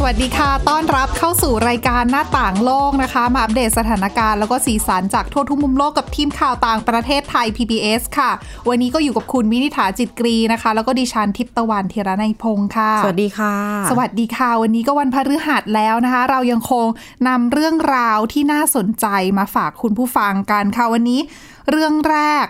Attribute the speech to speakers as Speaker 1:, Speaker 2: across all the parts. Speaker 1: สวัสดีค่ะ ต้อนรับเข้าสู่รายการหน้าต่างโลกนะคะ มาอัปเดตสถานการณ์แล้วก็สีสันจากทั่วทุกมุมโลกกับทีมข่าวต่างประเทศไทย PBS ค่ะ วันนี้ก็อยู่กับคุณวินิษฐาจิตกรีนะคะ แล้วก็ดิฉันทิพย์ตะวันเทระในยพงค์ค่ะ
Speaker 2: สวัสดีค่ะ
Speaker 1: สวัสดีค่ะ วันนี้ก็วันพฤหัสแล้วนะคะ เรายังคงนำเรื่องราวที่น่าสนใจมาฝากคุณผู้ฟังกันค่ะวันนี้ เรื่องแรก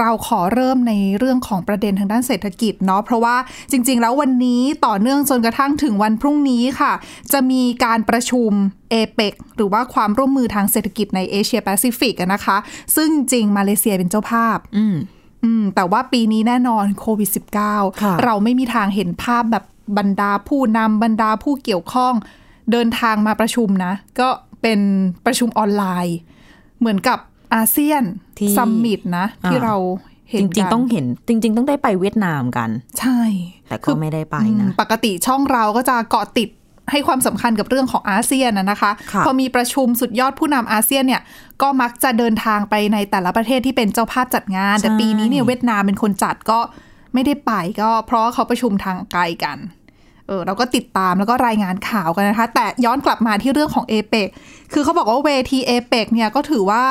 Speaker 1: เราขอเริ่มในเรื่องของประเด็นทางด้านเศรษฐกิจเนาะเพราะว่าจริง ๆ แล้ววันนี้ต่อเนื่องจนกระทั่งถึงวันพรุ่งนี้ค่ะ จะมีการประชุม เอเปกหรือว่าความร่วมมือทางเศรษฐกิจในเอเชียแปซิฟิกอะนะคะ ซึ่งจริงมาเลเซียเป็นเจ้าภาพ
Speaker 2: อืม
Speaker 1: อืมแต่ว่าปีนี้แน่นอนโควิด
Speaker 2: ค่ะ
Speaker 1: -19 เราไม่มีทางเห็นภาพแบบบรรดาผู้นำบรรดาผู้เกี่ยวข้อง เดินทางมาประชุมนะ ก็เป็นประชุมออนไลน์ เหมือนกับอาเซียน
Speaker 2: ที่
Speaker 1: ซัมมิตนะ ที่
Speaker 2: อ่า
Speaker 1: เราเห็
Speaker 2: จ
Speaker 1: น
Speaker 2: ริง
Speaker 1: กัน
Speaker 2: ๆต้องเห็นจริง ๆ ต้องได้ไปเวียดนามกัน
Speaker 1: ใช่
Speaker 2: แต่
Speaker 1: คื
Speaker 2: ก็
Speaker 1: อ
Speaker 2: ไม่ได้ไป
Speaker 1: อื
Speaker 2: นะ
Speaker 1: มปกติช่องเราก็จะเกาะติดให้ความสำคัญกับเรื่องของอาเซียนนะนะคะ
Speaker 2: ค่ะ
Speaker 1: พอมีประชุมสุดยอดผู้นำอาเซียนเนี่ยก็มักจะเดินทางไปในแต่ละประเทศที่เป็นเจ้าภาพจัดงาน แต่
Speaker 2: ใช่
Speaker 1: ปีนี้เนี่ยเวียดนามเป็นคนจัดก็ไม่ได้ไปก็เพราะเขาประชุมทางไกลกันเออเราก็ติดตามแล้วก็รายงานข่าวกันนะคะ แต่ย้อนกลับมาที่เรื่องของเอเปกคือเขาบอกว่าเวทีเอเปกเนี่ยก็ถือว่า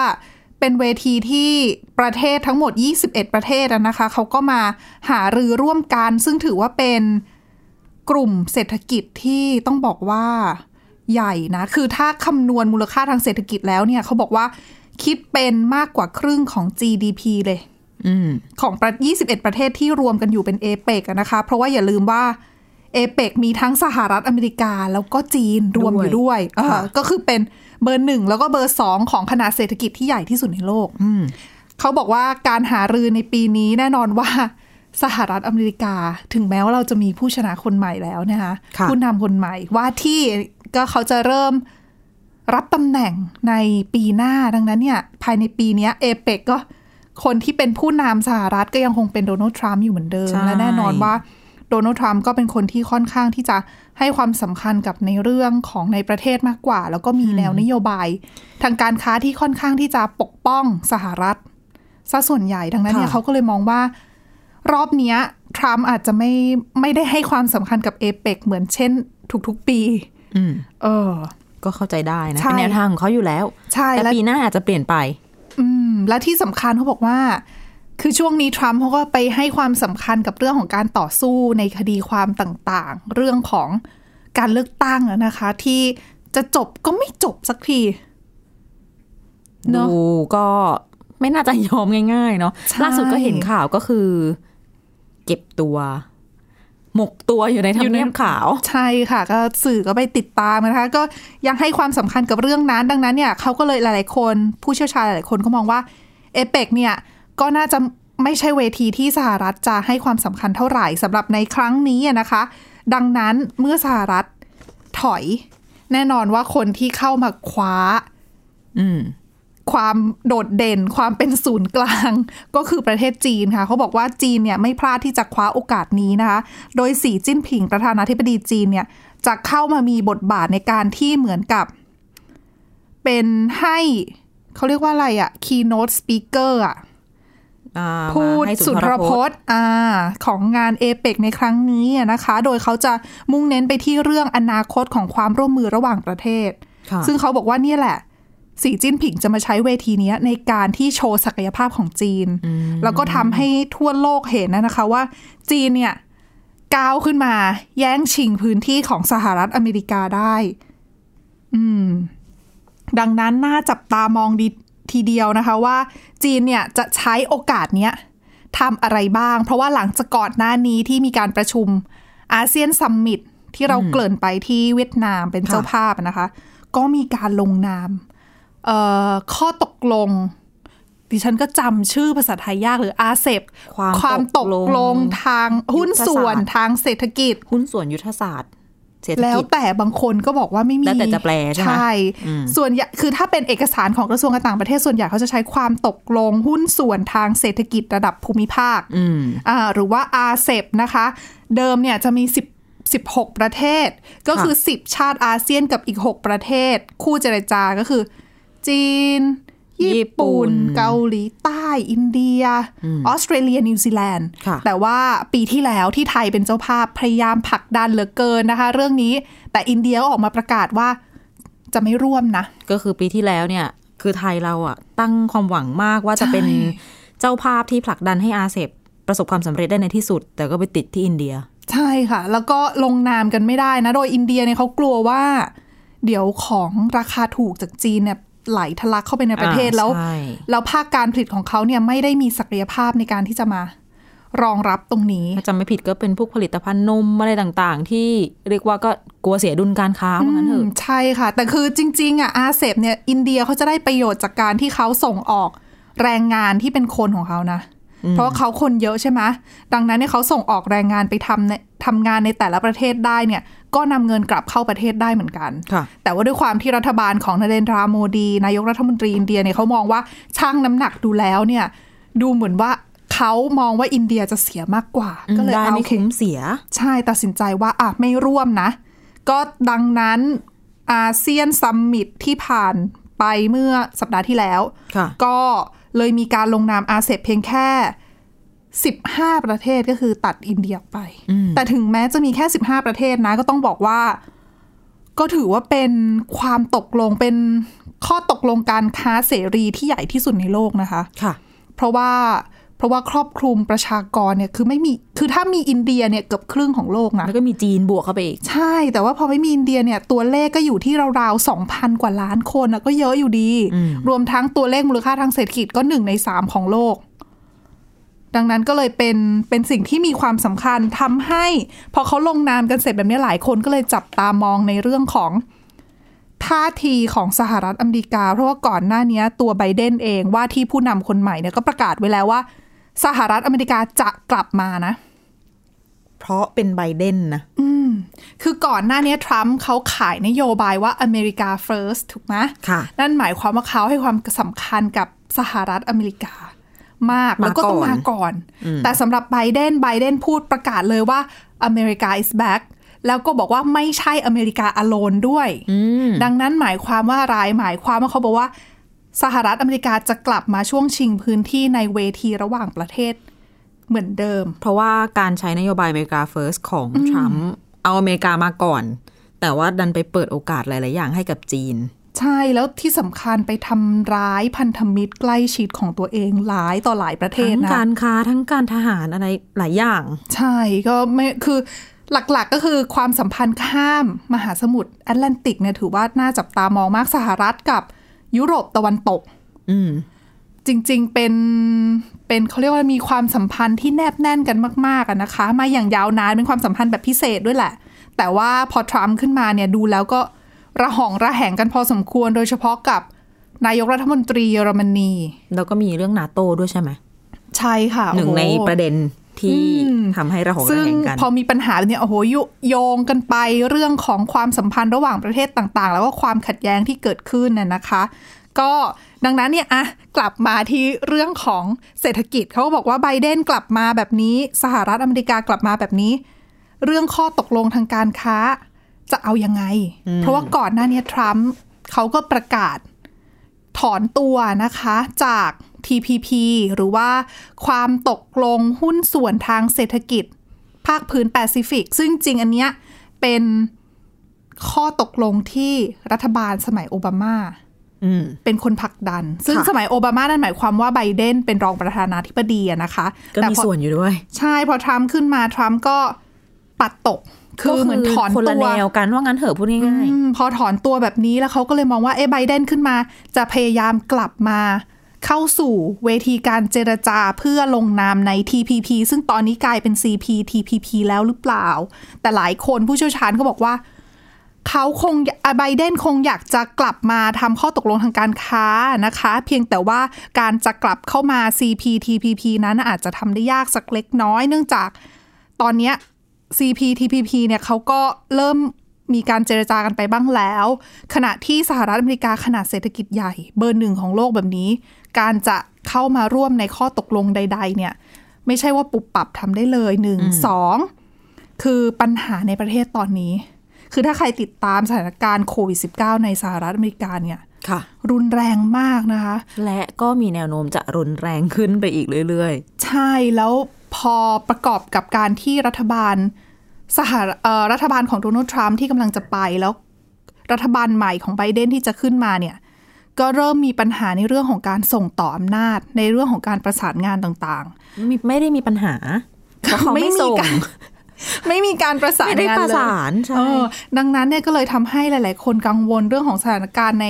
Speaker 1: เป็นเวทีที่ประเทศทั้งหมด 21 ประเทศอะนะคะเขาก็มาหารือร่วมกัน ซึ่งถือว่าเป็น กลุ่มเศรษฐกิจที่ต้องบอกว่าใหญ่นะ คือถ้าคำนวณมูลค่าทางเศรษฐกิจแล้วเนี่ยเขาบอกว่าคิดเป็นมากกว่าครึ่งของ GDP เลย
Speaker 2: อืม
Speaker 1: ของประ21 ประเทศที่รวมกันอยู่เป็นเอเปกนะคะ เพราะว่าอย่าลืมว่าเอเปกมีทั้งสหรัฐอเมริกา แล้วก็จีนรวมอยู่ด้วยเออ
Speaker 2: ค่ะ
Speaker 1: ก็คือเป็นเบอร์หนึ่งแล้วก็เบอร์สองของขนาดเศรษฐกิจที่ใหญ่ที่สุดในโลก
Speaker 2: อืม
Speaker 1: เขาบอกว่าการหารือในปีนี้แน่นอนว่าสหรัฐอเมริกา ถึงแม้ว่าเราจะมีผู้ชนะคนใหม่แล้วนะคะ
Speaker 2: ค่ะ
Speaker 1: ผู้นำคนใหม่ว่าที่ก็เขาจะเริ่มรับตำแหน่งในปีหน้าดังนั้นเนี่ย ภายในปีเนี้เอเปกก็คนที่เป็นผู้นำสหรัฐก็ยังคงเป็นโดนัลด์ทรัมป์อยู่เหมือนเดิม
Speaker 2: ใช่
Speaker 1: และแน่นอนว่าโดนัลด์ทรัมป์ก็เป็นคนที่ค่อนข้างที่จะให้ความสำคัญกับในเรื่องของในประเทศมากกว่า แล้วก็มีแนวนโยบาย ทางการค้าที่ค่อนข้างที่จะปกป้องสหรัฐซะส่วนใหญ่ดังนั้นเนี่ย
Speaker 2: ค่ะ
Speaker 1: เขาก็เลยมองว่า รอบเนี้ยทรัมป์อาจจะไม่ไม่ได้ให้ความสำคัญกับเอเปกเหมือนเช่น ทุกๆปี
Speaker 2: อืม
Speaker 1: เออ
Speaker 2: ก็เข้าใจได้นะ
Speaker 1: ใช่
Speaker 2: เป็นแนวทางของเขาอยู่แล้ว
Speaker 1: ใช่
Speaker 2: แต่
Speaker 1: และ
Speaker 2: ปีหน้าอาจจะเปลี่ยนไป
Speaker 1: อืมและที่สำคัญเขาบอกว่า คือช่วงนี้ทรัมป์เขาก็ไปให้ความสำคัญกับเรื่องของการต่อสู้ในคดีความต่างๆ เรื่องของการเลือกตั้งอะนะคะ ที่จะจบก็ไม่จบสักที เนอะ
Speaker 2: ดูก็ไม่น่าจะยอมง่ายๆ เนาะ
Speaker 1: ใช่
Speaker 2: ล่าสุดก็เห็นข่าวก็คือ เก็บตัว หมกตัวอยู่ในทำเนียบขาว
Speaker 1: ใช่ค่ะก็สื่อก็ไปติดตามนะคะก็ยังให้ความสำคัญกับเรื่องนั้นดังนั้นเนี่ยเขาก็เลยหลาย ๆ คนผู้เชี่ยวชาญหลาย ๆ คนก็มองว่าเอเปกเนี่ยก็น่าจะไม่ใช่เวทีที่สหรัฐจะให้ความสำคัญเท่าไหร่สำหรับในครั้งนี้อะนะคะ ดังนั้นเมื่อสหรัฐถอย แน่นอนว่าคนที่เข้ามาคว้า
Speaker 2: อืม
Speaker 1: ความโดดเด่นความเป็นศูนย์กลาง ก็คือประเทศจีนค่ะ เขาบอกว่าจีนเนี่ยไม่พลาดที่จะคว้าโอกาสนี้นะคะ โดยสีจิ้นผิงประธานาธิบดีจีนเนี่ยจะเข้ามามีบทบาทในการที่เหมือนกับ เป็นให้เขาเรียกว่าอะไรอะ keynote speaker อะ
Speaker 2: อ่า
Speaker 1: พูด
Speaker 2: มาให้
Speaker 1: สุนทรพจน์อ่าของงานเอเปกในครั้งนี้อะนะคะ โดยเขาจะมุ่งเน้นไปที่เรื่องอนาคตของความร่วมมือระหว่างประเทศ
Speaker 2: ค่ะ
Speaker 1: ซึ่งเขาบอกว่าเนี่ยแหละ สีจิ้นผิงจะมาใช้เวทีเนี้ยในการที่โชว์ศักยภาพของจีน แล้วก็ทำให้ทั่วโลกเห็นนะนะคะว่าจีนเนี่ยก้าวขึ้นมาแย่งชิงพื้นที่ของสหรัฐอเมริกาได้ อืม ดังนั้นน่าจับตามองดีทีเดียวนะคะว่า จีนเนี่ยจะใช้โอกาสเนี้ยทำอะไรบ้าง เพราะว่าหลังจากก่อนหน้านี้ที่มีการประชุมอาเซียนซัมมิตที่เราเกริ่นไปที่เวียดนามเป็นเจ้าภาพนะคะ ก็มีการลงนามเอ่อข้อตกลง ดิฉันก็จำชื่อภาษาไทยยากหรืออาเซบ
Speaker 2: ความ
Speaker 1: ความตกลงทางหุ้นส่วนทางเศรษฐกิจ
Speaker 2: หุ้นส่วนยุทธศาสตร์เศรษฐ
Speaker 1: แล้ว
Speaker 2: กิจ
Speaker 1: แต่บางคนก็บอกว่าไม่มี
Speaker 2: แล้วแต่จะแปลใช่ไหม
Speaker 1: ใช่
Speaker 2: อืม
Speaker 1: ส่วนใหญ่คือถ้าเป็นเอกสารของกระทรวงการต่างประเทศส่วนใหญ่เขาจะใช้ความตกลงหุ้นส่วนทางเศรษฐกิจระดับภูมิภาค
Speaker 2: อืม
Speaker 1: อ่าหรือว่า RCEP นะคะ เดิมเนี่ยจะมี 16 ประเทศ ก็คือ 10 ชาติอาเซียนกับอีก 6 ประเทศ คู่เจรจาก็คือ จีน
Speaker 2: ญี่
Speaker 1: ญี่
Speaker 2: ปุ่
Speaker 1: ปุ่
Speaker 2: น
Speaker 1: น เกาหลีใต้ อินเดีย ออสเตรเลีย นิวซีแลนด์
Speaker 2: ค่ะ
Speaker 1: แต่ว่าปีที่แล้วที่ไทยเป็นเจ้าภาพพยายามผลักดันเหลือเกินนะคะ เรื่องนี้แต่อินเดียก็ออกมาประกาศว่าจะไม่ร่วมนะ
Speaker 2: ก็คือปีที่แล้วเนี่ย คือไทยเราอ่ะ ตั้งความหวังมากว่าจะเป็นเจ้าภาพที่ผลักดันให้อาเซบประสบความสำเร็จได้ในที่สุด แต่ก็ไปติดที่อินเดีย
Speaker 1: ใช่ค่ะ แล้วก็ลงนามกันไม่ได้นะ โดยอินเดียเนี่ยเขากลัวว่า เดี๋ยวของราคาถูกจากจีนเนี่ยไหลทะลักเข้าไปในประเทศ
Speaker 2: อ่า
Speaker 1: แล้ว
Speaker 2: ใช่
Speaker 1: แล้วภาคการผลิตของเขาเนี่ยไม่ได้มีศักยภาพในการที่จะมารองรับตรงนี้
Speaker 2: ถ้าจำไม่ผิดก็เป็นพวกผลิตภัณฑ์นมอะไรต่างๆ ที่เรียกว่าก็กลัวเสียดุลการค้าว่างั้นเถอะ
Speaker 1: ใช่ค่ะ แต่คือจริง ๆ อ่ะอาเซบเนี่ยอินเดียเขาจะได้ประโยชน์จากการที่เขาส่งออกแรงงานที่เป็นคนของเขานะ เพราะว่าเขาคนเยอะใช่ไหมดังนั้นเนี่ยเขาส่งออกแรงงานไปทำในทำงานในแต่ละประเทศได้เนี่ย ก็นำเงินกลับเข้าประเทศได้เหมือนกัน
Speaker 2: ค่ะ
Speaker 1: แต่ว่าด้วยความที่รัฐบาลของนเรนทราโมดี นายกรัฐมนตรีอินเดียเนี่ยเขามองว่าช่างน้ำหนักดูแล้วเนี่ย ดูเหมือนว่าเขามองว่าอินเดียจะเสียมากกว่า ก็เลย
Speaker 2: ได้
Speaker 1: เอา
Speaker 2: ไม่คุ้มเสีย
Speaker 1: ใช่ตัดสินใจว่าอ่ะไม่ร่วมนะ ก็ดังนั้นอาเซียนซัมมิตที่ผ่านไปเมื่อสัปดาห์ที่แล้ว
Speaker 2: ค่ะ
Speaker 1: ก็เลยมีการลงนามอาเซบเพียงแค่ 15 ประเทศก็คือตัดอินเดียออกไป แต่ถึงแม้จะมีแค่ 15 ประเทศนะ ก็ต้องบอกว่า ก็ถือว่าเป็นความตกลงเป็นข้อตกลงการค้าเสรีที่ใหญ่ที่สุดในโลกนะคะ
Speaker 2: ค่ะ
Speaker 1: เพราะว่าเพราะว่าครอบคลุมประชากรเนี่ยคือไม่มีคือถ้ามีอินเดียเนี่ยเกือบครึ่งของโลกนะ
Speaker 2: แล้วก็มีจีนบวกเข้าไปอีก
Speaker 1: ใช่ แต่ว่าพอไม่มีอินเดียเนี่ยตัวเลขก็อยู่ที่ราวๆ2,000 กว่าล้านคนนะก็เยอะอยู่ดี รวมทั้งตัวเลขมูลค่าทางเศรษฐกิจก็หนึ่งในสามของโลก ดังนั้นก็เลยเป็นเป็นสิ่งที่มีความสำคัญทำให้ พอเขาลงนามกันเสร็จแบบนี้หลายคนก็เลยจับตามองในเรื่องของ ท่าทีของสหรัฐอเมริกา เพราะว่าก่อนหน้านี้ตัวไบเดนเองว่าที่ผู้นำคนใหม่เนี่ยก็ประกาศไว้แล้วว่า สหรัฐอเมริกาจะกลับมานะ
Speaker 2: เพราะเป็นไบเดนนะ
Speaker 1: คือก่อนหน้านี้ทรัมป์เขาขายนโยบายว่าอเมริกา first ถูกไหม
Speaker 2: ค่ะ
Speaker 1: นั่นหมายความว่าเขาให้ความสำคัญกับสหรัฐอเมริกามาก
Speaker 2: มาก่อน
Speaker 1: แล้วก็ต้องมาก่อน แต่สำหรับไบเดนไบเดนพูดประกาศเลยว่าอเมริกา is back แล้วก็บอกว่าไม่ใช่อเมริกา alone ด้วย ดังนั้นหมายความว่าอะไรหมายความว่าเขาบอกว่า สหรัฐอเมริกาจะกลับมาช่วงชิงพื้นที่ในเวทีระหว่างประเทศเหมือนเดิม
Speaker 2: เพราะว่าการใช้นโยบายอเมริกา first ของทรัมป์เอาอเมริกามาก่อน แต่ว่าดันไปเปิดโอกาสหลาย ๆ อย่างให้กับจีน
Speaker 1: ใช่แล้วที่สำคัญไปทำร้ายพันธมิตรใกล้ชิดของตัวเองหลายต่อหลายประเทศ
Speaker 2: ทั้ง
Speaker 1: นะ
Speaker 2: การค้าทั้งการทหารอะไรหลายอย่าง
Speaker 1: ใช่ก็ไม่คือหลักๆก็คือความสัมพันธ์ข้ามมหาสมุทรแอตแลนติกเนี่ยถือว่าน่าจับตามองมากสหรัฐกับยุโรปตะวันตก
Speaker 2: อืม
Speaker 1: จริงๆ เป็นเป็นเขาเรียกว่ามีความสัมพันธ์ที่แนบแน่นกันมากๆอะนะคะ มาอย่างยาวนานเป็นความสัมพันธ์แบบพิเศษด้วยแหละ แต่ว่าพอทรัมป์ขึ้นมาเนี่ยดูแล้วก็ระหองระแหงกันพอสมควรโดยเฉพาะกับนายกรัฐมนตรีเยอรมนี
Speaker 2: แล้วก็มีเรื่องนาโต้ด้วยใช่ไหม
Speaker 1: ใช่ค่ะ
Speaker 2: หนึ่ง
Speaker 1: โอ้โ
Speaker 2: ในประเด็นที่ทำให้ระหองระ
Speaker 1: ซึ่ง
Speaker 2: แหงกัน
Speaker 1: พอมีปัญหาแบบนี้โอ้โหยุโยงกันไปเรื่องของความสัมพันธ์ระหว่างประเทศต่างๆ แล้วก็ความขัดแย้งที่เกิดขึ้นน่ะนะคะ ก็ดังนั้นเนี่ยอะกลับมาที่เรื่องของเศรษฐกิจเขาก็บอกว่าไบเดนกลับมาแบบนี้ สหรัฐอเมริกากลับมาแบบนี้ เรื่องข้อตกลงทางการค้าจะเอายังไง เพราะว่าก่อนหน้าเนี้ทรัมป์เขาก็ประกาศ ถอนตัวนะคะจาก TPP หรือว่าความตกลงหุ้นส่วนทางเศรษฐกิจ ภาคพื้นแปซิฟิก ซึ่งจริงอันเนี้ยเป็นข้อตกลงที่รัฐบาลสมัยโอบามา
Speaker 2: อืม
Speaker 1: เป็นคนผลักดัน ซึ่ง
Speaker 2: ค่ะ
Speaker 1: สมัยโอบามานั่นหมายความว่าไบเดนเป็นรองประธานาธิบดีอะนะคะ
Speaker 2: ก็
Speaker 1: แต่
Speaker 2: มี
Speaker 1: พอ
Speaker 2: ส่วนอยู่ด้วย
Speaker 1: ใช่พอทรัมป์ขึ้นมาทรัมป์ก็ปัดตก คือเหมือนถอน
Speaker 2: คนละ
Speaker 1: ตัว
Speaker 2: แนวกันว่างั้นเถอะพูดง่าย
Speaker 1: อืมพอถอนตัวแบบนี้แล้วเขาก็เลยมองว่าเอ้ไบเดนขึ้นมา จะพยายามกลับมา เข้าสู่เวทีการเจรจาเพื่อลงนามใน TPP ซึ่งตอนนี้กลายเป็น CPTPP แล้วหรือเปล่า แต่หลายคนผู้เชี่ยวชาญก็บอกว่า เขาคงอ่ะไบเดนคงอยากจะกลับมาทำข้อตกลงทางการค้านะคะ เพียงแต่ว่าการจะกลับเข้ามา CPTPP นั้นอาจจะทำได้ยากสักเล็กน้อย เนื่องจากตอนเนี้ย CPTPP เนี่ยเขาก็เริ่มมีการเจรจากันไปบ้างแล้ว ขณะที่สหรัฐอเมริกาขนาดเศรษฐกิจใหญ่ เบอร์หนึ่งของโลกแบบนี้ การจะเข้ามาร่วมในข้อตกลงใด ๆ เนี่ย ไม่ใช่ว่าปุบปับทำได้เลยหนึ่งสอง คือปัญหาในประเทศตอนนี้ คือถ้าใครติดตามสถานการณ์โควิด -19 ในสหรัฐอเมริกาเนี่ย
Speaker 2: ค่ะ
Speaker 1: รุนแรงมากนะคะ
Speaker 2: และก็มีแนวโน้มจะรุนแรงขึ้นไปอีกเรื่อย
Speaker 1: ใช่แล้วพอประกอบกับการที่รัฐบาลสหรัฐเอ่อรัฐบาลของโดนัลด์ทรัมป์ที่กำลังจะไปแล้วรัฐบาลใหม่ของไบเดนที่จะขึ้นมาเนี่ย ก็เริ่มมีปัญหาในเรื่องของการส่งต่ออำนาจ ในเรื่องของการประสานงานต่าง
Speaker 2: ๆ ไม่ไม่ได้มีปัญหาเพ
Speaker 1: ๆ
Speaker 2: ราะเขาไม่ส่ง
Speaker 1: การ ไม่มีการประสาน
Speaker 2: ไม่ได้
Speaker 1: งาน
Speaker 2: ประ
Speaker 1: เลย
Speaker 2: สานใช่
Speaker 1: เออดังนั้นเนี่ยก็เลยทำให้หลาย ๆ คนกังวลเรื่องของสถานการณ์ใน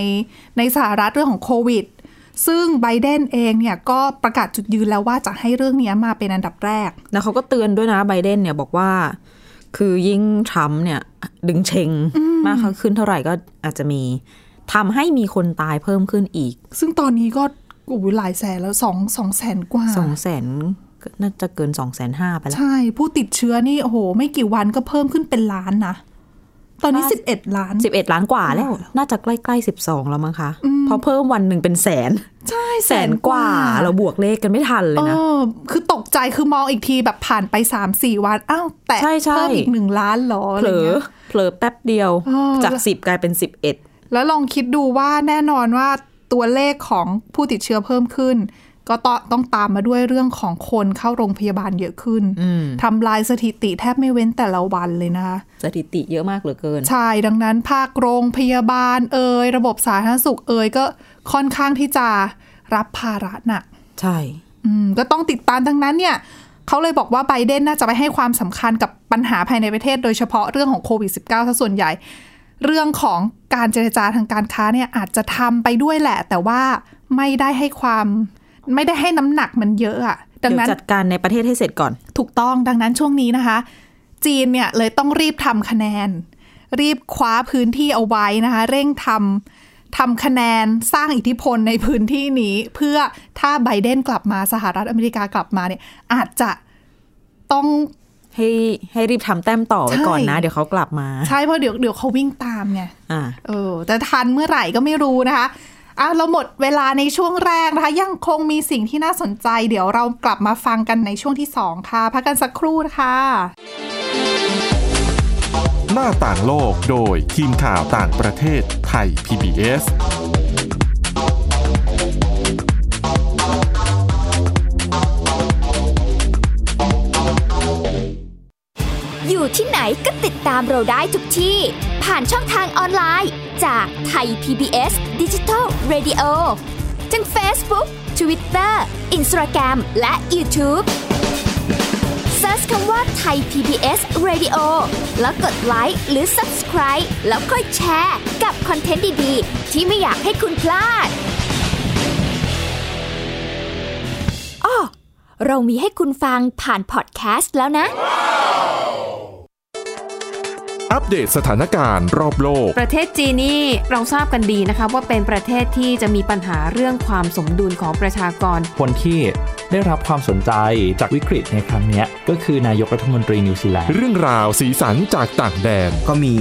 Speaker 1: ในสหรัฐเรื่องของโควิด ซึ่งไบเดนเองเนี่ยก็ประกาศจุดยืนแล้วว่าจะให้เรื่องเนี้ยมาเป็นอันดับแรก
Speaker 2: แล้วเขาก็เตือนด้วยนะไบเดนเนี่ยบอกว่า คือยิ่งทรัมป์เนี่ย ดึงเชงมากขึ้นเท่าไหร่ก็อาจจะมีทำให้มีคนตายเพิ่มขึ้นอีก
Speaker 1: ซึ่งตอนนี้ก็โอ้โหหลายแสนแล้วสองสองแสนกว่า
Speaker 2: สองแสนน่าจะเกินสองแสนห้าไปแล้ว
Speaker 1: ใช่ ผู้ติดเชื้อนี่โอ้โห ไม่กี่วันก็เพิ่มขึ้นเป็นล้านนะ ตอนนี้
Speaker 2: บ้า
Speaker 1: สิบเอ็ดล้าน
Speaker 2: สิบเอ็ดล้านกว่าแล้ว น่าจะใกล้ๆสิบสองแล้วมั้งคะเพราะเพิ่มวันหนึ่งเป็นแสน
Speaker 1: ใช่
Speaker 2: แสนกว่าเราบวกเลขกันไม่ทันเล
Speaker 1: เอย
Speaker 2: นะ
Speaker 1: อคือตกใจคือมองอีกทีแบบผ่านไปสามสี่วันอ้าวแต่
Speaker 2: ใช่ใช่
Speaker 1: เพิ่มอีกหนึ่งล้านเหรออะ
Speaker 2: เผ
Speaker 1: ไร
Speaker 2: ลอ
Speaker 1: เงี้ย
Speaker 2: เผลอแป๊บเดียว
Speaker 1: เออ
Speaker 2: จากสิบกลายเป็นสิบเอ็ด
Speaker 1: แล้วลองคิดดูว่าแน่นอนว่าตัวเลขของผู้ติดเชื้อเพิ่มขึ้น ก็ตต้องตามมาด้วยเรื่องของคนเข้าโรงพยาบาลเยอะขึ้นทำลายสถิติแทบไม่เว้นแต่ละวันเลยนะคะ
Speaker 2: สถิติเยอะมากเหลือเกิน
Speaker 1: ใช่ ดังนั้นภาคโรงพยาบาลเอ่ยระบบสาธารณสุขเอ่ยก็ค่อนข้างที่จะรับภาระหนัก
Speaker 2: ใช่
Speaker 1: อืมก็ต้องติดตามดังนั้นเนี่ยเขาเลยบอกว่าไบเดนน่าจะไปให้ความสำคัญกับปัญหาภายในประเทศโดยเฉพาะเรื่องของโควิด -19 ซะส่วนใหญ่ เรื่องของการเจรจาทางการค้าเนี่ยอาจจะทำไปด้วยแหละ แต่ว่าไม่ได้ให้ความ ไม่ได้ให้น้ำหนักมันเยอะอะดัง
Speaker 2: เดี๋ย
Speaker 1: นั้น
Speaker 2: วจัดการในประเทศให้เสร็จก่อน
Speaker 1: ถูกต้องดังนั้นช่วงนี้นะคะ จีนเนี่ยเลยต้องรีบทำคะแนน รีบคว้าพื้นที่เอาไว้นะคะ เร่งทำทำคะแนนสร้างอิทธิพลในพื้นที่นี้ เพื่อถ้าไบเดนกลับมาสหรัฐอเมริกากลับมาเนี่ยอาจจะต้อง
Speaker 2: ให้ให้รีบทำแต้มต่อไว้ก่อนนะ
Speaker 1: ใช่
Speaker 2: เดี๋ยวเขากลับมา
Speaker 1: ใช่เพราะเดี๋ยวเดี๋ยวเขาวิ่งตามไง
Speaker 2: อ่า
Speaker 1: เออแต่ทันเมื่อไหร่ก็ไม่รู้นะคะอ่ะเราหมดเวลาในช่วงแรกนะคะ ยังคงมีสิ่งที่น่าสนใจ เดี๋ยวเรากลับมาฟังกันในช่วงที่สองค่ะพักกันสักครู่นะคะ
Speaker 3: หน้าต่างโลกโดยทีมข่าวต่างประเทศไทย PBS
Speaker 4: อยู่ที่ไหนก็ติดตามเราได้ทุกที่ ผ่านช่องทางออนไลน์ จากไทย PBS Digital Radio ทั้ง Facebook Twitter Instagram และ YouTube Search คำว่าไทย PBS Radio แล้วกดไลค์หรือ Subscribe แล้วค่อยแชร์ กับคอนเทนต์ดี ๆ ที่ไม่อยากให้คุณพลาดอ้อเรามีให้คุณฟังผ่านพอดแคสต์แล้วนะ
Speaker 3: อัปเดตสถานการณ์รอบโลก
Speaker 5: ประเทศจีนนี่เราทราบกันดีนะคะว่าเป็นประเทศที่จะมีปัญหาเรื่องความสมดุลของประชากร
Speaker 6: คนที่ได้รับความสนใจจากวิกฤตในครั้งเนี้ยก็คือนายกรัฐมนตรีนิวซีแลนด์
Speaker 3: เรื่องราวสีสันจากต่างแดน
Speaker 7: ก็มี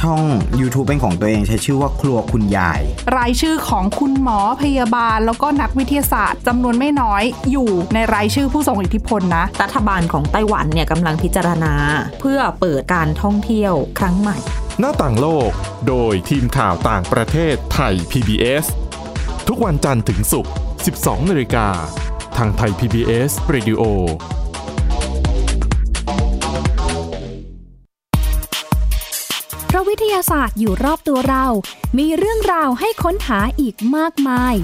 Speaker 7: ช่อง YouTube เป็นของตัวเองใช้ชื่อว่าครัวคุณยาย
Speaker 1: รายชื่อของคุณหมอพยาบาล แล้วก็นักวิทยาศาสตร์จำนวนไม่น้อยอยู่ในรายชื่อผู้ทรงอิทธิพลนะ
Speaker 2: รัฐบาลของไต้หวันเนี่ยกำลังพิจารณา เพื่อเปิดการท่องเที่ยวครั้งใหม่
Speaker 3: หน้าต่างโลก โดยทีมข่าวต่างประเทศไทย PBS ทุกวันจันทร์ถึงศุกร์ 12นาฬิกา ทางไทย PBS Radio
Speaker 8: เพราะวิทยาศาสตร์อยู่รอบตัวเรา มีเรื่องราวให้ค้นหาอีกมากมาย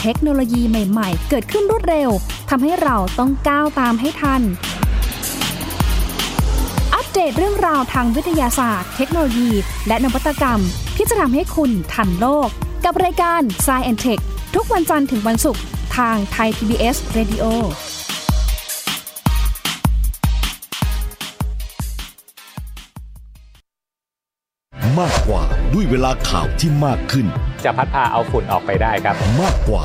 Speaker 8: เทคโนโลยีใหม่ ๆ เกิดขึ้นรวดเร็ว ทำให้เราต้องก้าวตามให้ทัน อัปเดตเรื่องราวทางวิทยาศาสตร์ เทคโนโลยี และนวัตกรรม ที่จะทำให้คุณทันโลก กับรายการ s c i e n t e c h ทุกวันจันทร์ถึงวันศุกร์ทางไทย PBS Radio
Speaker 9: มากกว่าด้วยเวลาข่าวที่มากขึ้น
Speaker 10: จะพัดพาเอาฝุ่นออกไปได้ครับ
Speaker 9: มากกว่า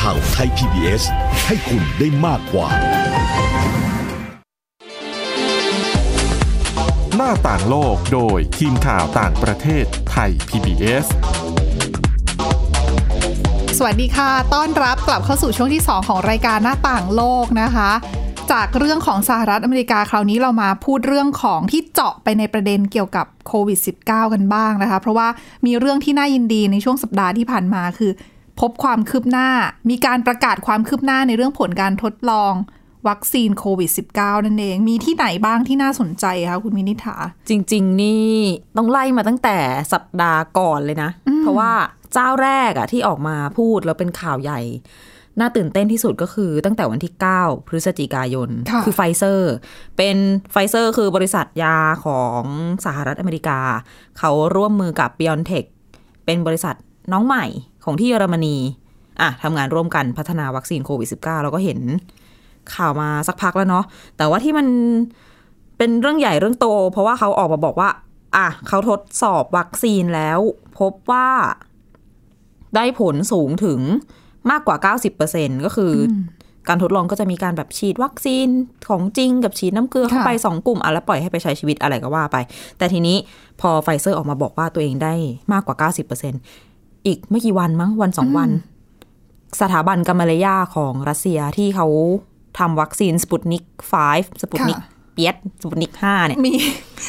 Speaker 9: ข่าวไทย PBS ให้คุณได้มากกว่า
Speaker 3: หน้าต่างโลกโดยทีมข่าวต่างประเทศไทย PBS
Speaker 1: สวัสดีค่ะ ต้อนรับกลับเข้าสู่ช่วงที่ 2 ของรายการหน้าต่างโลกนะคะ จากเรื่องของสหรัฐอเมริกาคราวนี้เรามาพูดเรื่องของที่เจาะไปในประเด็นเกี่ยวกับโควิด -19 กันบ้างนะคะ เพราะว่ามีเรื่องที่น่ายินดีในช่วงสัปดาห์ที่ผ่านมาคือ พบความคืบหน้า มีการประกาศความคืบหน้าในเรื่องผลการทดลอง วัคซีนโควิด -19 นั่นเอง มีที่ไหนบ้างที่น่าสนใจคะคุณมินิธา
Speaker 2: จริง ๆ นี่ต้องไล่มาตั้งแต่สัปดาห์ก่อนเลยนะ
Speaker 1: อืม
Speaker 2: เพราะว่าเจ้าแรกอะที่ออกมาพูดแล้วเป็นข่าวใหญ่ น่าตื่นเต้นที่สุดก็คือตั้งแต่วันที่ 9 พฤศจิกายน
Speaker 1: ค่ะ
Speaker 2: อไฟเซอร์ เป็นไฟเซอร์คือบริษัทยาของสหรัฐอเมริกา เขาร่วมมือกับ b i o n t e c h เป็นบริษัทน้องใหม่ของที่เยอรมนีอ่ะทำงานร่วมกันพัฒนาวัคซีนโควิด -19 เราก็เห็นข่าวมาสักพักแล้วเนาะแต่ว่าที่มันเป็นเรื่องใหญ่เรื่องโต เพราะว่าเขาออกมาบอกว่า อ่ะเขาทดสอบวัคซีนแล้ว พบว่า ได้ผลสูงถึงมากกว่า 90%ก็คืออการทดลองก็จะมีการแบบฉีดวัคซีนของจริงกับฉีดน้ำเกลือเข้าไป
Speaker 1: ค่ะ
Speaker 2: 2 กลุ่มอ่ะแล้วปล่อยให้ไปใช้ชีวิตอะไรก็ว่าไป แต่ทีนี้พอไฟเซอร์ออกมาบอกว่าตัวเองได้มากกว่า 90%อีกไม่กี่วันมั้งวันสองวัน สถาบันกัมมาเลยาของรัสเซียที่เขาทำวัคซีนสปุตนิก 5 สปุตนิก
Speaker 1: ค่ะ
Speaker 2: เปียดสปุตนิก 5 เนี่ย
Speaker 1: มี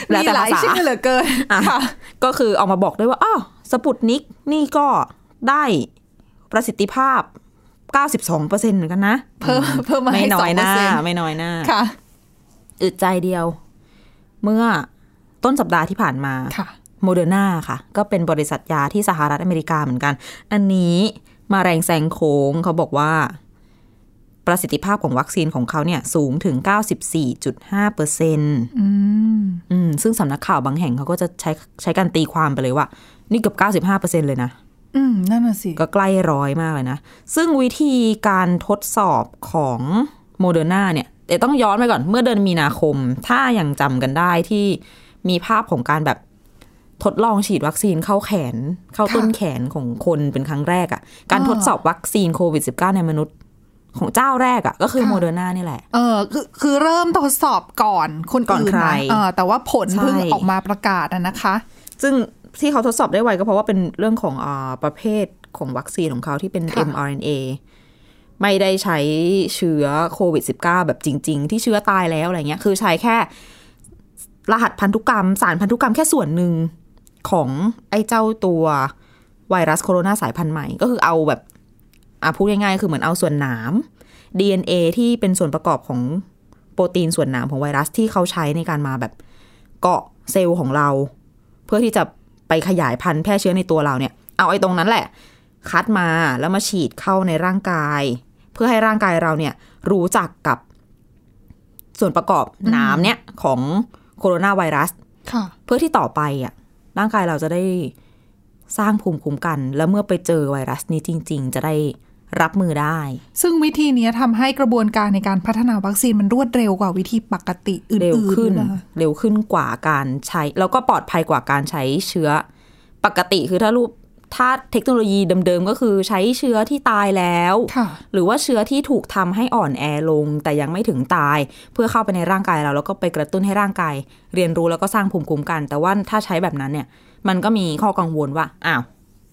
Speaker 2: แล้ว
Speaker 1: มี
Speaker 2: แต่
Speaker 1: หลาย
Speaker 2: ภาษา
Speaker 1: ชื่อเหลือเกิน
Speaker 2: อ่ะ
Speaker 1: ค่ะ
Speaker 2: ก็คือออกมาบอกด้วยว่า อ้าวสปุตนิกนี่ก็ได้ประสิทธิภาพ 92%เหมือนกันนะ
Speaker 1: เพิ่มเพิ่มมา
Speaker 2: ไม่
Speaker 1: ให้ส
Speaker 2: น้
Speaker 1: อ
Speaker 2: อง ย
Speaker 1: เปอ
Speaker 2: หน้า
Speaker 1: ร์เซ็นต์
Speaker 2: ไม่น้อยหน้า
Speaker 1: ค่ะ
Speaker 2: อึดใจเดียว เมื่อต้นสัปดาห์ที่ผ่านมา
Speaker 1: ค่ะ
Speaker 2: โมเดอร์นาค่ะ ก็เป็นบริษัทยาที่สหรัฐอเมริกาเหมือนกัน อันนี้มาแรงแซงโค้งเขาบอกว่า ประสิทธิภาพของวัคซีนของเขาเนี่ยสูงถึง 94.5เปอร์เซ็นต์
Speaker 1: อืม
Speaker 2: ซึ่งสำนักข่าวบางแห่งเขาก็จะใช้ใช้การตีความไปเลยว่า นี่เกือบ 95เปอร์เซ็นต์เลยนะ
Speaker 1: อืม นั่นน่ะสิ
Speaker 2: ก็ใกล้ร้อยมากเลยนะ ซึ่งวิธีการทดสอบของโมเดอร์นาเนี่ยเดี๋ยวต้องย้อนไปก่อนเมื่อเดือนมีนาคม ถ้ายังจำกันได้ที่มีภาพของการแบบทดลองฉีดวัคซีนเข้าแขน เข้าต้นแขนของคนเป็นครั้งแรกอะ่ะ การ
Speaker 1: อ่า
Speaker 2: ทดสอบวัคซีนโควิด -19 ในมนุษย์ของเจ้าแรกอะ่ะ ก็คือ
Speaker 1: ค่ะ
Speaker 2: โมเดอร์นานี่แหละ
Speaker 1: เออคือคือเริ่มทดสอบก่อนคน
Speaker 2: ก่อน
Speaker 1: อื่น
Speaker 2: ใคร
Speaker 1: นะเออแต่ว่าผล
Speaker 2: ใช่
Speaker 1: เพิ่งออกมาประกาศอะนะคะ
Speaker 2: ซึ่งที่เขาทดสอบได้ไวก็เพราะว่าเป็นเรื่องของอาประเภทของวัคซีนของเขาที่เป็น
Speaker 1: ค่ะ
Speaker 2: mRNA ไม่ได้ใช้เชื้อโควิด -19 แบบจริง ๆ ที่เชื้อตายแล้วอะไรเงี้ย คือใช้แค่รหัสพันธุกรรม สารพันธุกรรมแค่ส่วนหนึ่งของไอ้เจ้าตัวไวรัสโคโรนาสายพันธุ์ใหม่ ก็คือเอาแบบอ่ะพูดง่ายๆ คือเหมือนเอาส่วนหนาม DNA ที่เป็นส่วนประกอบของโปรตีนส่วนหนามของไวรัสที่เขาใช้ในการมาแบบเกาะเซลล์ของเรา เพื่อที่จะไปขยายพันธุ์แพร่เชื้อในตัวเราเนี่ย เอาไอ้ตรงนั้นแหละ คัดมาแล้วมาฉีดเข้าในร่างกาย เพื่อให้ร่างกายเราเนี่ยรู้จักกับส่วนประกอบหน้ำเนี่ยของโคโรนาไวรัส
Speaker 1: ค่ะ
Speaker 2: เพื่อที่ต่อไปอ่ะร่างกายเราจะได้สร้างภูมิคุ้มกัน แล้วเมื่อไปเจอไวรัสนี้จริง ๆ จะได้รับมือได้
Speaker 1: ซึ่งวิธีเนี้ยทำให้กระบวนการในการพัฒนาวัคซีนมันรวดเร็วกว่าวิธีปกติอื่นๆ
Speaker 2: เร็วขึ้น
Speaker 1: หรือเปล่า
Speaker 2: เร็วขึ้นกว่าการใช้ แล้วก็ปลอดภัยกว่าการใช้เชื้อ ปกติคือถ้ารูปถ้าเทคโนโลยีเดิมๆ ก็คือใช้เชื้อที่ตายแล้ว
Speaker 1: ค่ะ
Speaker 2: หรือว่าเชื้อที่ถูกทำให้อ่อนแอลง แต่ยังไม่ถึงตาย เพื่อเข้าไปในร่างกายเรา แล้วก็ไปกระตุ้นให้ร่างกาย เรียนรู้แล้วก็สร้างภูมิคุ้มกัน แต่ว่าถ้าใช้แบบนั้นเนี่ย มันก็มีข้อกังวลว่าอ้าว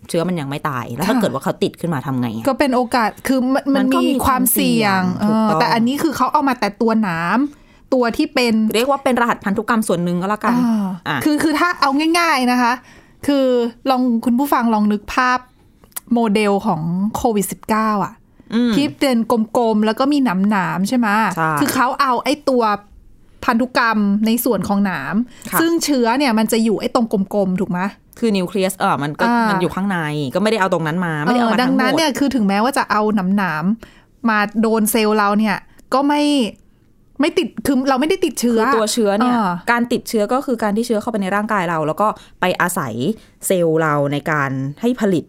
Speaker 2: เชื้อมันยังไม่ตาย แล้วถ้า
Speaker 1: ค่ะ
Speaker 2: เกิดว่าเขาติดขึ้นมาทำไงอะ
Speaker 1: ก็เป็นโอกาสคือมัน
Speaker 2: มั
Speaker 1: มัน
Speaker 2: นก็
Speaker 1: มี
Speaker 2: มี
Speaker 1: ความเสี่ยง
Speaker 2: ความเสี่ยงถูกต้อง
Speaker 1: เออแต่อันนี้คือเขาเอามาแต่ตัวหนาม ตัวที่เป็น
Speaker 2: เรียกว่าเป็นรหัสพันธุกรรมส่วนหนึ่งก็แล้วกัน
Speaker 1: อ่า
Speaker 2: ะ
Speaker 1: คือคือถ้าเอาง่าย ๆนะคะ คือลองคุณผู้ฟังลองนึกภาพโมเดลของโควิด -19 อ่ะ
Speaker 2: อืม
Speaker 1: ที่เป็นกลมๆ แล้วก็มีหนามๆใช่ไหม
Speaker 2: ใช่
Speaker 1: คือเขาเอาไอ้ตัวพันธุกรรมในส่วนของหนาม
Speaker 2: ค่ะ
Speaker 1: ซึ่งเชื้อเนี่ยมันจะอยู่ไอ้ตรงกลมๆ ถูกไหม
Speaker 2: คือนิวเคลียสเออมันก็
Speaker 1: อ่ามั
Speaker 2: มันอยู่ข้างในก็ไม่ได้เอาตรงนั้นมา ไม่ได้เอามา
Speaker 1: เออดั
Speaker 2: ทั้
Speaker 1: ง
Speaker 2: งหม
Speaker 1: นั้น
Speaker 2: ด
Speaker 1: เนี่ยคือถึงแม้ว่าจะเอาหนามๆมาโดนเซลล์เราเนี่ย ก็ไม่ ไม่ติดคือเราไม่ได้ติดเชื้อ
Speaker 2: คือตัวเชื้อเนี่ย
Speaker 1: า
Speaker 2: การติดเชื้อก็คือการที่เชื้อเข้าไปในร่างกายเรา แล้วก็ไปอาศัยเซลล์เราในการให้ผลิต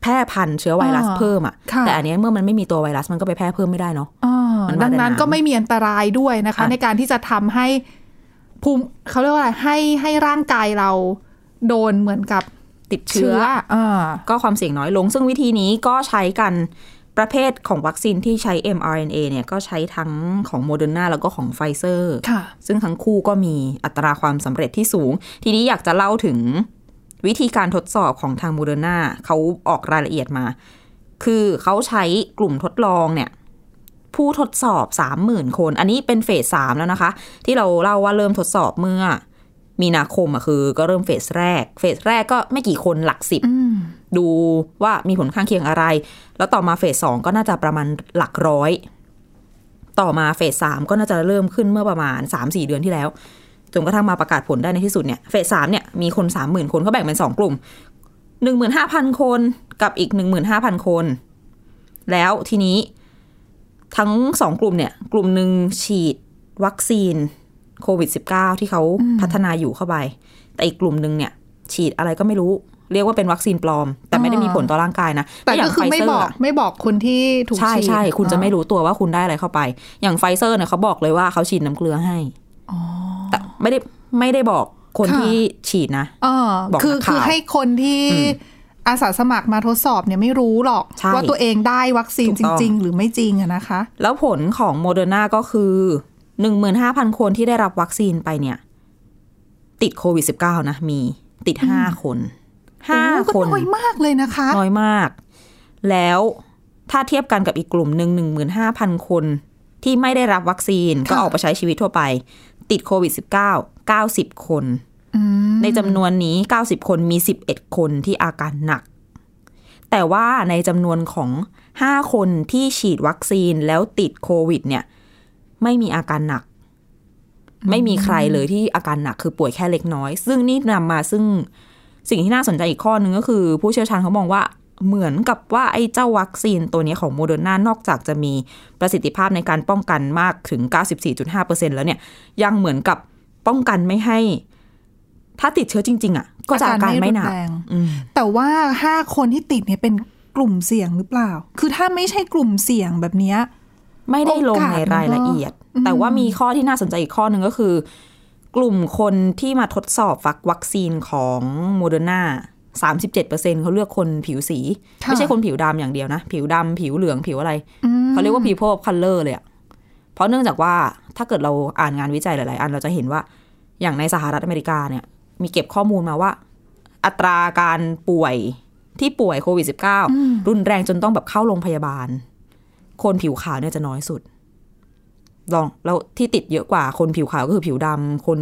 Speaker 2: แพร่พันธุ์เชื้อไวรัส
Speaker 1: อ่า
Speaker 2: เพิ่มอ่ะ
Speaker 1: ค่ะ
Speaker 2: แต่อันเนี้ยเมื่อมันไม่มีตัวไวรัสมันก็ไปแพร่เพิ่มไม่ได้เนาะ
Speaker 1: อ่า
Speaker 2: มันมา
Speaker 1: ดังนั้น
Speaker 2: แต่น้ำ
Speaker 1: ก็ไม่มีอันตรายด้วยนะคะ
Speaker 2: อ่ะ
Speaker 1: ในการที่จะทำให้ภูมิเขาเรียกว่าอะไรให้ให้ร่างกายเราโดนเหมือนกับ
Speaker 2: ติดเชื้อ
Speaker 1: อ่า
Speaker 2: ก็ความเสี่ยงน้อยลง ซึ่งวิธีนี้ก็ใช้กันประเภทของวัคซีนที่ใช้ mRNA เนี่ยก็ใช้ทั้งของโมเดอร์นาแล้วก็ของไฟเซอร์
Speaker 1: ค่ะ
Speaker 2: ซึ่งทั้งคู่ก็มีอัตราความสำเร็จที่สูง ทีนี้อยากจะเล่าถึงวิธีการทดสอบของทางโมเดอร์นาเขาออกรายละเอียดมา คือเขาใช้กลุ่มทดลองเนี่ย ผู้ทดสอบ 30,000 คน อันนี้เป็นเฟสสามแล้วนะคะ ที่เราเล่าว่าเริ่มทดสอบเมื่อ มีนาคมอะคือ ก็เริ่มเฟสแรก เฟสแรกก็ไม่กี่คนหลักสิบ ดูว่ามีผลข้างเคียงอะไร แล้วต่อมาเฟสสองก็น่าจะประมาณหลักร้อย ต่อมาเฟสสามก็น่าจะเริ่มขึ้นเมื่อประมาณสามสี่เดือนที่แล้ว จนกระทั่งมาประกาศผลได้ในที่สุดเนี่ย เฟสสามเนี่ยมีคนสามหมื่นคนเขาแบ่งเป็นสองกลุ่มหนึ่งหมื่นห้าพันคนกับอีกหนึ่งหมื่นห้าพันคน แล้วทีนี้ทั้งสองกลุ่มเนี่ย กลุ่มหนึ่งฉีดวัคซีนโควิด -19 ที่เขาพัฒนาอยู่เข้าไป แต่อีกกลุ่มหนึ่งเนี่ย ฉีดอะไรก็ไม่รู้ เรียกว่าเป็นวัคซีนปลอม แต่ไม่ได้มีผลต่อร่างกายนะ
Speaker 1: แต่
Speaker 2: ล้วย่า
Speaker 1: ก็
Speaker 2: ง
Speaker 1: คือไม่
Speaker 2: ฟเซ
Speaker 1: บอก
Speaker 2: ร์ะ
Speaker 1: ไม่บอกคนที่ถูก
Speaker 2: ใช่
Speaker 1: ฉีด
Speaker 2: ใช่คุณจะ
Speaker 1: อ่า
Speaker 2: ไม่รู้ตัวว่าคุณได้อะไรเข้าไป อย่างไฟเซอร์เนี่ยเขาบอกเลยว่าเขาฉีดน้ำเกลือให้แต่ไม่ได้ไม่ได้บอกคนที่ฉีดนะ
Speaker 1: เออ
Speaker 2: บอก
Speaker 1: คือ
Speaker 2: นักข่าว
Speaker 1: คือให้คนที่อาสาสมัครมาทดสอบเนี่ยไม่รู้หรอก
Speaker 2: ใช่
Speaker 1: ว่าตัวเองได้วัคซีน
Speaker 2: ถูก
Speaker 1: จ
Speaker 2: ต้อง
Speaker 1: ริง ๆ หรือไม่จริงอะนะคะ
Speaker 2: แล้วผลของโมเดอร์นาก็คือ 15,000 คนที่ได้รับวัคซีนไปเนี่ย ติดโควิด -19 นะ มีติด 5 คนห้า
Speaker 1: โอ้ก็
Speaker 2: คน
Speaker 1: น้อยมากเลยนะคะ
Speaker 2: น้อยมาก แล้วถ้าเทียบกันกับอีกกลุ่มหนึ่ง15,000 คนที่ไม่ได้รับวัคซีนก็ออกไปใช้ชีวิตทั่วไป ติดโควิด -19 90 คน
Speaker 1: อืม
Speaker 2: ในจำนวนนี้ 90 คนมี 11 คนที่อาการหนัก แต่ว่าในจำนวนของ 5 คนที่ฉีดวัคซีนแล้วติดโควิด เนี่ย ไม่มีอาการหนัก ไม่มีใครเลยที่อาการหนักคือป่วยแค่เล็กน้อย ซึ่งนี่นำมาซึ่งสิ่งที่น่าสนใจอีกข้อหนึ่งก็คือ ผู้เชี่ยวชาญเขามองว่าเหมือนกับว่าไอ้เจ้าวัคซีนตัวนี้ของโมเดอร์นานอกจากจะมีประสิทธิภาพในการป้องกันมากถึง 94.5%แล้วเนี่ย ยังเหมือนกับป้องกันไม่ให้ ถ้าติดเชื้อจริง ๆ อ่ะ ก็จะอาการไม่หนัก
Speaker 1: รุแรง
Speaker 2: อืม
Speaker 1: แต่ว่าห้าคนที่ติดเนี่ยเป็นกลุ่มเสี่ยงหรือเปล่า คือถ้าไม่ใช่กลุ่มเสี่ยงแบบเนี้ย
Speaker 2: ไม่ได้ลง
Speaker 1: โอกาส
Speaker 2: ในรายละเอียด
Speaker 1: เนอะ
Speaker 2: แต่ว่า
Speaker 1: อืม
Speaker 2: มีข้อที่น่าสนใจอีกข้อหนึ่งก็คือ กลุ่มคนที่มาทดสอบวัควัคซีนของโมเดอร์นา37เปอร์เซ็นเขาเลือกคนผิวสี ไม่ใช่คนผิวดำอย่างเดียวนะ ผิวดำผิวเหลืองผิวอะไร
Speaker 1: อืม
Speaker 2: เขาเรียกว่า people of color เลยอะเพราะเนื่องจากว่าถ้าเกิดเราอ่านงานวิจัยหลาย ๆ อันเราจะเห็นว่า อย่างในสหรัฐอเมริกาเนี่ย มีเก็บข้อมูลมาว่า อัตราการป่วยที่ป่วยโควิด -19 รุนแรงจนต้องแบบเข้าโรงพยาบาล คนผิวขาวเนี่ยจะน้อยสุด ลองแล้วที่ติดเยอะกว่าคนผิวขาวก็คือผิวดำคน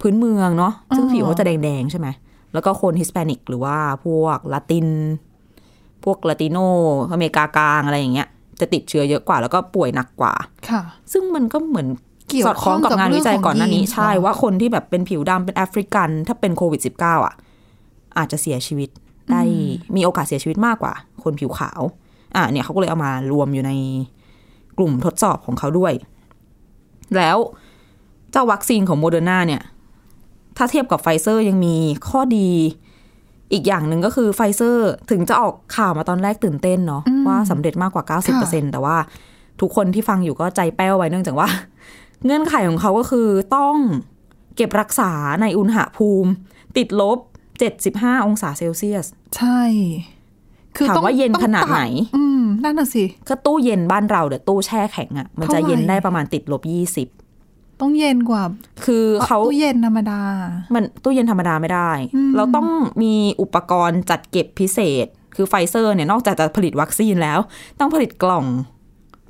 Speaker 2: พื้นเมืองเนาะซึ่ง
Speaker 1: อ๋อ
Speaker 2: ผิวเขาจะแดง ๆ ใช่ไหม แล้วก็คนฮิสแปนิกหรือว่าพวกลาติน พวกลาติโนอเมริกากลางอะไรอย่างเงี้ย จะติดเชื้อเยอะกว่าแล้วก็ป่วยหนักกว่า
Speaker 1: ค่ะ
Speaker 2: ซึ่งมันก็เหมือน
Speaker 1: เกี่ยว
Speaker 2: สอดคล้องกับงานวิจัยก่อนหน้านี้
Speaker 1: ข้องกับเรื่องของยีนส์
Speaker 2: ใช่
Speaker 1: เหรอ
Speaker 2: ว่าคนที่แบบเป็นผิวดำเป็นแอฟริกัน ถ้าเป็นโควิด -19 อ่ะ อาจจะเสียชีวิตได้มีโอกาสเสียชีวิตมากกว่า คนผิวขาว อ่ะเนี่ยเขาก็เลยเอามารวมอยู่ในกลุ่มทดสอบของเขาด้วย แล้วเจ้าวัคซีนของโมเดอร์นาเนี่ย ถ้าเทียบกับไฟเซอร์ยังมีข้อดี อีกอย่างหนึ่งก็คือไฟเซอร์ถึงจะออกข่าวมาตอนแรกตื่นเต้นเนาะว่าสำเร็จมากกว่า 90%แต่ว่า ทุกคนที่ฟังอยู่ก็ใจแป้วไว้เนื่องจากว่า เงื่อนไขของเขาก็คือต้องเก็บรักษาในอุณหภูมิ ติดลบ 75 องศาเซลเซียส
Speaker 1: ใช่
Speaker 2: ถามว่าเย็นขนาดไหน
Speaker 1: ต้องปรับอืมนั่นน่ะสิ
Speaker 2: ก็ตู้เย็นบ้านเราเดี๋ยวตู้แช่แข็งอะ่ะ มันจะ
Speaker 1: เท่าไหร่
Speaker 2: เย็นได้ประมาณติดลบ 20
Speaker 1: ต้องเย็นกว่า
Speaker 2: คือเขา
Speaker 1: ตู้เย็นธรรมดา
Speaker 2: มันตู้เย็นธรรมดาไม่ได้
Speaker 1: อืม
Speaker 2: เราต้องมีอุปกรณ์จัดเก็บพิเศษ คือไฟเซอร์เนี่ยนอกจากจะผลิตวัคซีนแล้ว ต้องผลิตกล่อง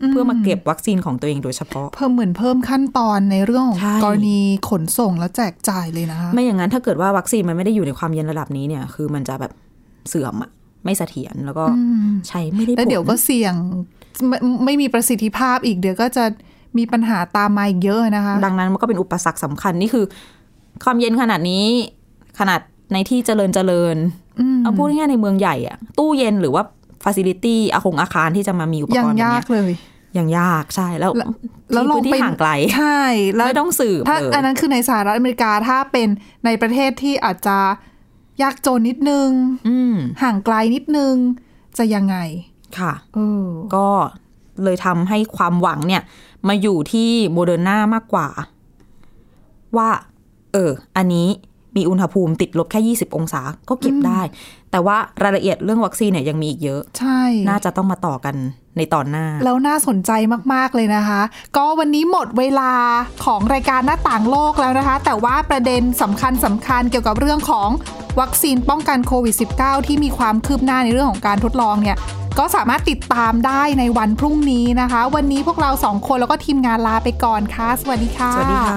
Speaker 2: เพื่อมาเก็บวัคซีนของตัวเองโดยเฉพาะ
Speaker 1: เพิ่มเหมือนเพิ่มขั้นตอนในเรื่องของ
Speaker 2: ใช่
Speaker 1: กรณีขนส่งแล้วแจกจ่ายเลยนะคะ
Speaker 2: ไม่อย่างนั้นถ้าเกิดว่าวัคซีนมันไม่ได้อยู่ในความเย็นระดับนี้เนี่ย คือมันจะแบบเสื่อมอะไม่เสถียรแล้วก็
Speaker 1: อืม
Speaker 2: ใช้ไม่ได้ผล
Speaker 1: แล้วเดี๋ยวก็เสี่ยงไม่ไม่มีประสิทธิภาพอีกเดี๋ยวก็จะมีปัญหาตามมาอีกเยอะนะคะ
Speaker 2: ดังนั้นมันก็เป็นอุปสรรคสำคัญนี่คือ ความเย็นขนาดนี้ ขนาดในที่เจริญเจริญ
Speaker 1: อืม
Speaker 2: เอาพูดง่ายๆในเมืองใหญ่อะตู้เย็นหรือว่าฟ a c i l i t y อาคงอาคารที่จะมามีอุป
Speaker 1: ยั
Speaker 2: ก
Speaker 1: ง
Speaker 2: รณ์แบบ
Speaker 1: ยา
Speaker 2: เนี้
Speaker 1: ก
Speaker 2: ย
Speaker 1: เลย
Speaker 2: ยังยากใช่แล้ว
Speaker 1: แล้วลง
Speaker 2: ที่
Speaker 1: ไป
Speaker 2: พื้นที่ห่างไกล
Speaker 1: ใช่แล้ว
Speaker 2: ไม่ต้องสืบ
Speaker 1: ถ้า
Speaker 2: เลย
Speaker 1: อันนั้นคือในสหรัฐอเมริกาถ้าเป็นในประเทศที่อาจจะยากจนนิดนึงห่างไกลนิดนึง จะยังไง
Speaker 2: ค่ะ
Speaker 1: เออ
Speaker 2: ก็เลยทำให้ความหวังเนี่ย มาอยู่ที่โมเดอร์นามากกว่า ว่า เออ อันนี้มีอุณหภูมิติดลบแค่ 20 องศาก็เก็บได้ แต่ว่ารายละเอียดเรื่องวัคซีนเนี่ยยังมีอีกเยอะ
Speaker 1: ใช่
Speaker 2: น่าจะต้องมาต่อกันในตอนหน้า
Speaker 1: แล้วน่าสนใจมาก ๆ เลยนะคะ ก็วันนี้หมดเวลาของรายการหน้าต่างโลกแล้วนะคะ แต่ว่าประเด็นสำคัญสำคัญเกี่ยวกับเรื่องของวัคซีนป้องกันโควิด -19 ที่มีความคืบหน้าในเรื่องของการทดลองเนี่ย ก็สามารถติดตามได้ในวันพรุ่งนี้นะคะ วันนี้พวกเราสองคนแล้วก็ทีมงานลาไปก่อนค่ะ สวัสดีค่ะ
Speaker 2: สวัสดีค่ะ